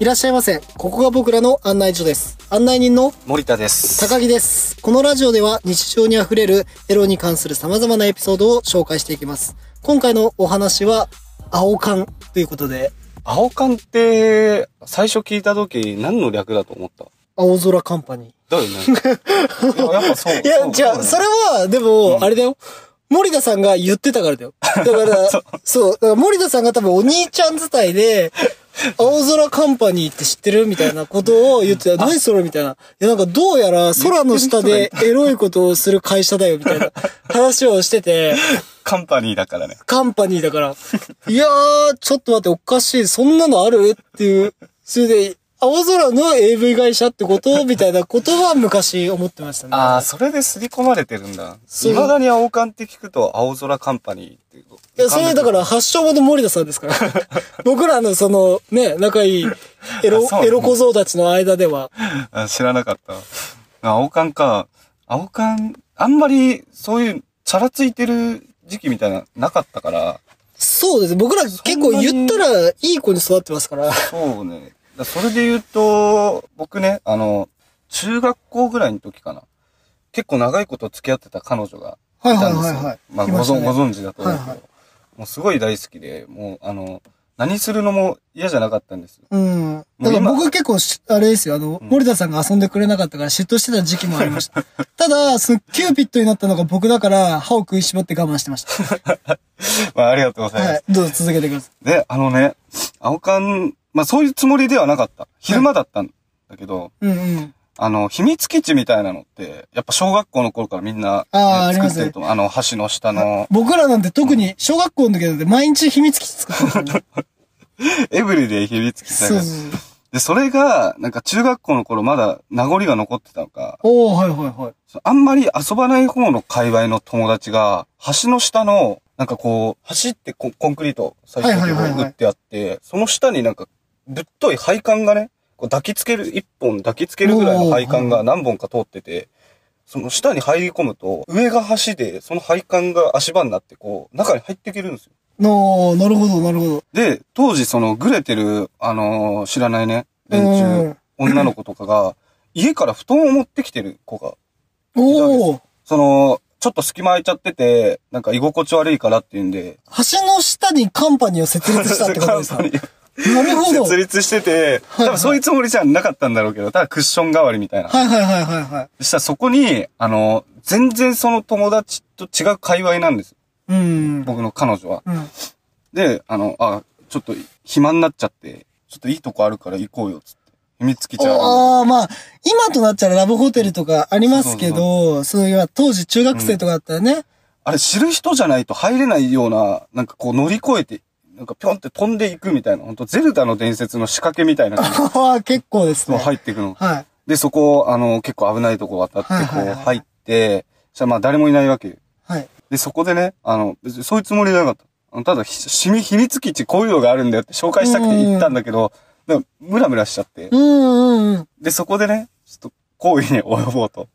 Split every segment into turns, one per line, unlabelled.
いらっしゃいませ。ここが僕らの案内所です。案内人の
森田です。
高木です。このラジオでは日常にあふれるエロに関する様々なエピソードを紹介していきます。今回のお話は、青缶ということで、
青缶って、最初聞いた時何の略だと思った
青空カンパニ
だよね。い や、やっぱそう。
ー。いや、じゃあ、そ
れ。
れは、でも、あれだよ。森田さんが言ってたからだよ。だから、そう、だから森田さんが多分お兄ちゃん伝いで、青空カンパニーって知ってるみたいなことを言ってた。何それみたいな。いや、なんかどうやら空の下でエロいことをする会社だよ、みたいな話をしてて。
カンパニーだからね。
カンパニーだから。いやー、ちょっと待って、おかしい。そんなのあるっていう。それで、青空の AV 会社ってことみたいなことは昔思ってましたね。
ああ、それで刷り込まれてるんだ。
そう
未だに青缶って聞くと、青空カンパニーって。
いや、それだから、発祥元森田さんです から。僕らのその、ね、仲いいエロ
あそう、ね
エロ小僧たちの間では。
あ知らなかった。あ青缶か。青缶、あんまりそういう、チャラついてる時期みたいな、なかったから。
そうですね。僕ら結構言ったらいい子に育ってますから。
そうね。だそれで言うと、僕ね、あの、中学校ぐらいの時かな。結構長いこと付き合ってた彼女がい
はい
たんですよ。まあ、
来
ご
ました
存
ね
ご存知だと思うけど、
はいはい
もうすごい大好きで、もう、あの、何するのも嫌じゃなかったんです。
うん。だか
もう
ら
今
僕は結構し、あれですよ、あの、
ん
森田さんが遊んでくれなかったから嫉妬してた時期もありま した。ただ、その、キューピッドになったのが僕だから、歯を食いしばって我慢してました。
まあ、ありがとうございます。
はい。どうぞ続けてくださ
で、あのね、青缶、まあ、そういうつもりではなかった。昼間だったんだけど、
い。うんうん。
あの、秘密基地みたいなのって、やっぱ小学校の頃からみんな、
あーあり
作
ま
っ
す
て
ね
ると思う。あの、橋の下の、
僕らなんて特に、小学校の時なんて毎日秘密基地作ってま したからね。
エブリデイ秘密基地だ
そ
よ
う
ね
そうそう。
で、それが、なんか中学校の頃まだ名残が残ってたのか、
おー、はいはいはい。
そのあんまり遊ばない方の界隈の友達が、橋の下の、なんかこう、橋ってココンクリート最初
はいはいはい
に
はい
打ってあって、その下になんか、ぶっとい配管がね、こう抱きつける、一本抱きつけるぐらいの配管が何本か通ってて、その下に入り込むと、上が橋で、その配管が足場になって、こう、中に入っていけるんですよ。
のー、なるほど、なるほど。
で、当時その、ぐれてる、あのー知らないね、連
う
中
ん、
女の子とかが、家から布団を持ってきてる子が、
おー、
その、ちょっと隙間空いちゃってて、なんか居心地悪いからっていうんで、
橋の下にカンパニーを設立したってことですか
カン
な
パニー
るほど。は
設
い
立してて、
いはい
多分そういうつもりじゃなかったんだろうけど、ただクッション代わりみたいな。
はいはいはいはい。
そしたらそこに、あの、全然その友達と違う界隈なんです。
うん。
僕の彼女は。
うん。
で、あの、あ、ちょっと暇になっちゃって、ちょっといいとこあるから行こうよ、つって。秘密基地あるんだ
ああ、まあ、今となっちゃラブホテルとかありますけど、そういう、当時中学生とかだったらね、
あれ知る人じゃないと入れないような、なんかこう乗り越えて、なんかぴょんって飛んでいくみたいな、ほんとゼルダの伝説の仕掛けみたいな感じ
ああ、 結構です
で
ね。
入っていくの。
はい。
で、そこを、あの、結構危ないとこ渡って、こ
は
う
いはいはい
入って、そしたらまあ誰もいないわけよ。
はい。
で、そこでね、あの、別にそういうつもりじゃなかった。あのただ、ひしみ、秘密基地こういうのがあるんだよって紹介したくて行ったんだけど、なんかムラムラしちゃって
う。んうんうん。
で、そこでね、ちょっと行為に及ぼうと。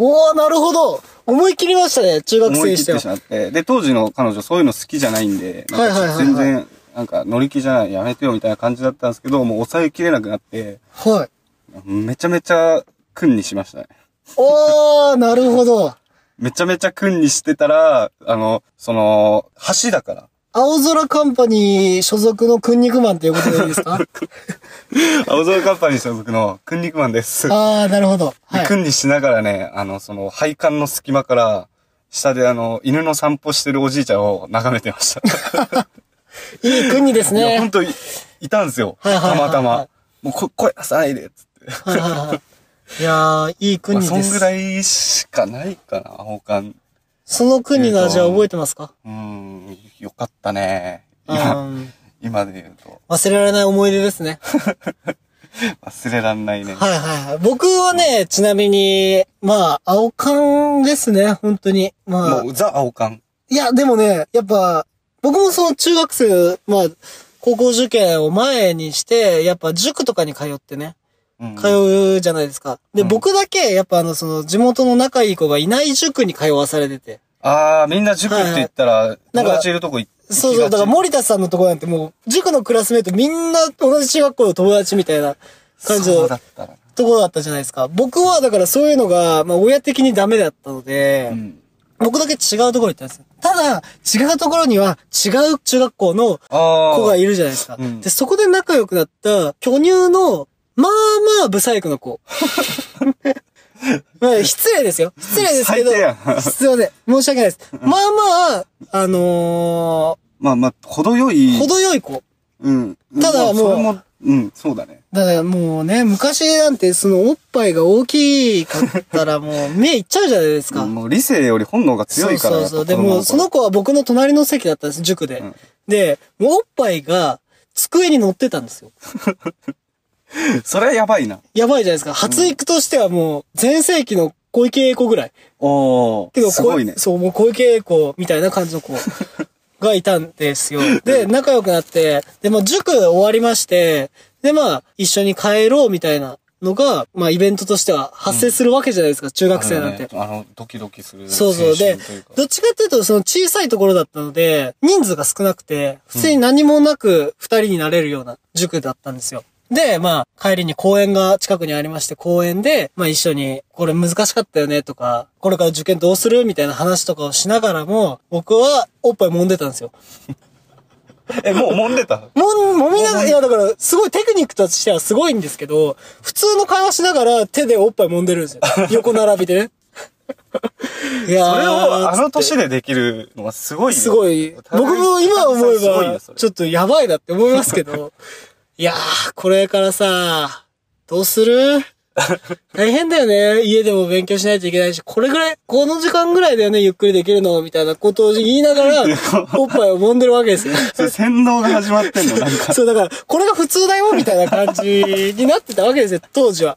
おおなるほど思い切りましたね、中学
思
生
い
にし
切ってて
は
し。まって。で、当時の彼女そういうの好きじゃないんで、なんか
はいはいはいはい
全然、なんか乗り気じゃない、やめてよみたいな感じだったんですけど、もう抑えきれなくなって、
はい。
めちゃめちゃ訓にしましたね。
おー、なるほど。
めちゃめちゃ訓にしてたら、あの、その、橋だから。
青空カンパニー所属のクンニクマンということでいいですか
青空カンパニー所属の訓肉マンです。
ああ、なるほど。はい。
訓にしながらね、あの、その、配管の隙間から、下であの、犬の散歩してるおじいちゃんを眺めてました。
いいクンニです
いや、ほ
ね
ん。とい、いたんですよ。
はいはいは
た
いは
ま
い
たま。もう、こ、声出さないで、つって。
はいはいはい。いやー、いいクン
まあ
ニ
そ
で
んぐ
す。
らいしかないかな、青缶。
そのクンニの味は覚えてますか
うーん、よかったね。今、
うん。
今で言うと。
忘れられない思い出ですね。
忘れらんないね。
はいはいはい。僕はね、ちなみに、まあ、青缶ですね、本当に。まあ
も、う、ザ青缶。
いや、でもね、やっぱ、僕もその中学生、まあ、高校受験を前にして、やっぱ塾とかに通ってね、
うん
通うじゃないですか。で、
うん
僕だけ、やっぱあの、その、地元の仲いい子がいない塾に通わされてて。
あー、みんな塾って言ったら、
なん
友
か
達いるとこ行行きがち。
そうそう、だから森田さんのとこなんてもう、塾のクラスメイトみんな同じ中学校の友達みたいな感じ
そ
の
うだったらな。
ところだったじゃないですか。僕はだからそういうのが、まあ親的にダメだったので、
うん。
僕だけ違うところ行ったんですよ。ただ、違うところには違う中学校の
あー。
子がいるじゃないですか。
うん
で、そこで仲良くなった巨乳の、まあまあ、ブサイクの 子。まあ、失礼ですよ。失礼ですけど
最低やん。
すいません。申し訳ないです。まあまあ、あの
まあまあ、程よい。
ー、程よい子。
うん。
ただ
ま
も
あ
う
それも、うん、そうだね。
だからもうね、昔なんてそのおっぱいが大きかったらもう目いっちゃうじゃないですか。
もう理性より本能が強いか
そ
ら。
うそうそう。
や
で
っぱ子供
も、
の
そ
頃
の子は僕の隣の席だったんです、塾で。
うん
で、もうおっぱいが机に乗ってたんですよ。
それはやばいな。
やばいじゃないですか。発育としてはもう、全盛期の小池栄子ぐらい。
お
けど、
ー。すごいね
こ。そう、もう小池栄子みたいな感じ の子がいたんですよ。で、仲良くなって、で、まあ、塾終わりまして、で、まあ、一緒に帰ろうみたいなのが、まあ、イベントとしては発生するわけじゃないですか、中学生なんて。
あのねあの、ドキドキする。
そうそう。で
青春といか、
どっちかっていうと、その小さいところだったので、人数が少なくて、普通に何もなく二人になれるような塾だったんですよ。で、まあ、帰りに公園が近くにありまして、公園で、まあ一緒に、これ難しかったよねとか、これから受験どうするみたいな話とかをしながらも、僕はおっぱい揉んでたんですよ。
え、もう揉んでた
もん、揉みながら、いやだから、すごいテクニックとしてはすごいんですけど、普通の会話しながら手でおっぱい揉んでるんですよ。横並びで ね。いやー
それをあの
つって
年でできるのはすごいよ
すごい。僕も今思えば、ちょっとやばいなって思いますけど。いやー、これからさ、どうす る大変だよね。家でも勉強しないといけないし、これぐらい、この時間ぐらいだよね、ゆっくりできるの、みたいなことを言いなが ら、おっぱいを揉んでるわけですよ。
それ洗脳が始まってんのなんか。
そう、だから、これが普通だよ、みたいな感じになってたわけですよ、当時は。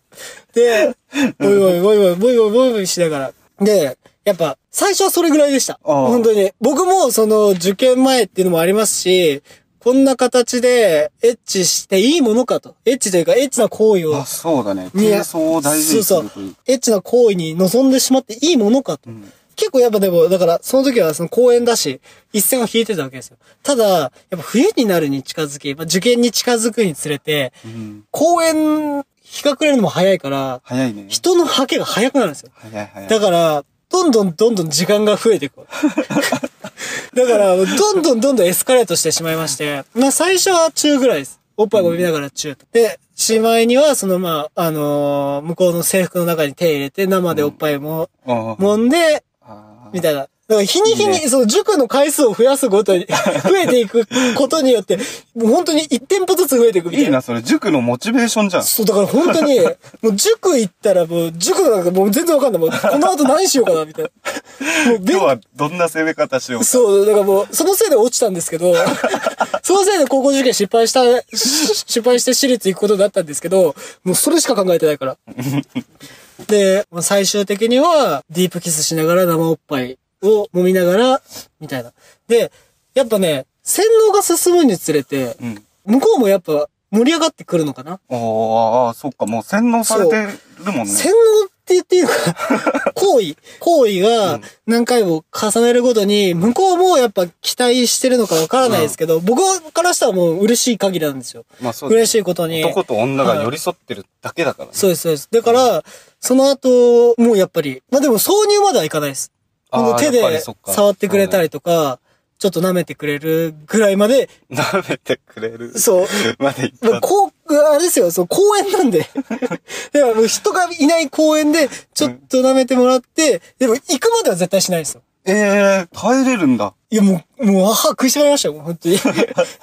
で、ボイボイボイボイボイボイボイボイしながら。で、やっぱ、最初はそれぐらいでした。
ああ
本当に。僕も、その、受験前っていうのもありますし、こんな形で、エッチしていいものかと。エッチというか、エッチな行為を
あ、、そうだね。
いや
低層を大事にす
そう
る
そ
という
う。エッチな行為に臨んでしまっていいものかと。
ん
結構やっぱでも、だから、その時はその公園だし、一線を引いてたわけですよ。ただ、やっぱ冬になるに近づき、まあ、受験に近づくにつれて、
うん。
公園、日が暮れるのも早いから、
早いね。
人のハケが早くなるんですよ。
早い早い。
だから、どんどんどんどん時間が増えていく。 だから、どんどんどんどんエスカレートしてしまいまして、まあ最初は中ぐらいです。おっぱいを見ながら中と。で、しまいには、そのまあ、あのー向こうの制服の中に手入れて、生でおっぱいも、
あー
揉んで、
あー
みたいな。だから日に日
いい
に、
ね
その塾の回数を増やすごとに、 増えていくことによって、もう本当に1店舗ずつ増えていくみたい
い。
ない
な、それ。塾のモチベーションじゃん。
そう、だから本 当に、もう塾行ったらもう、塾なんかもう全然わかんない。もう、この後何しようかな、みたいな。もう、
今日
勉
はどんな攻め方しようか。
そう、だからもう、そのせいで落ちたんですけ ど、そのせいで高校受験失敗した、し失敗して私立行くことだったんですけど、もうそれしか考えてない から。で、まあ最終的には、ディープキスしながら生おっぱいを揉みながら、みたいな。で、やっぱね、洗脳が進むにつれて、
うん。
向こうもやっぱ盛り上がってくるのかな
おー、あーそっか。もう洗脳されてるもんね。
洗脳って言ってい いのか行為行為が何回も重ねるごとに、向こうもやっぱ期待してるのかわからないですけど、僕からしたらもう嬉しい限りなんですよ。
まあそうだね
嬉しいことに。
男と女が寄り添ってるだけだからね。
そうです、そうです。だから、その後、もうやっぱり、まあでも挿入まではいかないです。
あ
こ
ー
の手
やっぱ
で
りそっか
触ってくれたりとか、ちょっと舐めてくれるぐらいまで、
舐めてくれる。
そう。
まで言
まあ、
った。
こう、あれですよ、そう、公園なんで。 だからもう人がいない公園で、ちょっと舐めてもらって、でも行くまでは絶対しないですよ。
ええー、耐えれるんだ。
いや、もう、もう、あは食いしばりましたよ、もう本当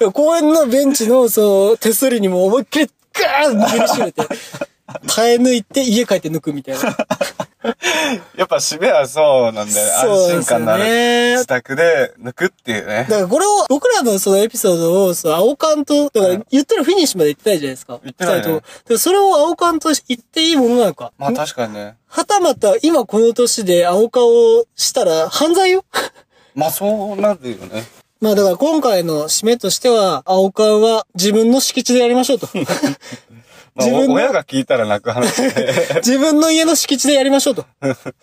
に。公園のベンチの、そう、手すりにもう思いっきり、ガーン握りしめて、耐え抜いて、家帰って抜くみたいな。
やっぱ締めはそうなんだよ。
そうで
安心
すよ
感
ね
のある。自宅で抜くっていうね
だ。からこれを、僕らのそのエピソードを、そう、青缶と、だから言ったらフィニッシュまで行ってないじゃないですか。
行ってないね
二人ともだからそれを青缶と言っていいものなのか。
まあ確かにね。
はたまた、今この年で青顔をしたら犯罪よ
まあそうなるよね。
まあだから今回の締めとしては、青顔は自分の敷地でやりましょうと。
まあ
自分の
お親が聞 いたら泣く話で。
自分の家の敷地でやりましょうと。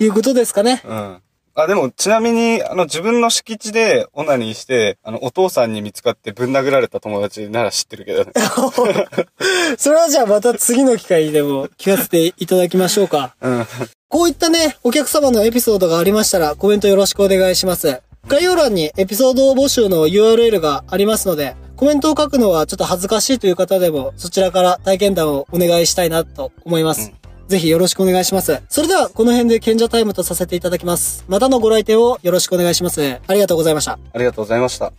いうことですかね。
うん。あ、でも、ちなみに、あの、自分の敷地でオナニーして、あの、お父さんに見つかってぶん殴られた友達なら知ってる けどね。
それはじゃあまた次の機会でも聞かせていただきましょうか。
うん。
こういったね、お客様のエピソードがありましたら、コメントよろしくお願いします。概要欄にエピソード募集の URL がありますので、コメントを書くのはちょっと恥ずかしいという方でも、そちらから体験談をお願いしたいなと思います。ぜひよろしくお願いします。それでは、この辺で賢者タイムとさせていただきます。またのご来店をよろしくお願いします。ありがとうございました。
ありがとうございました。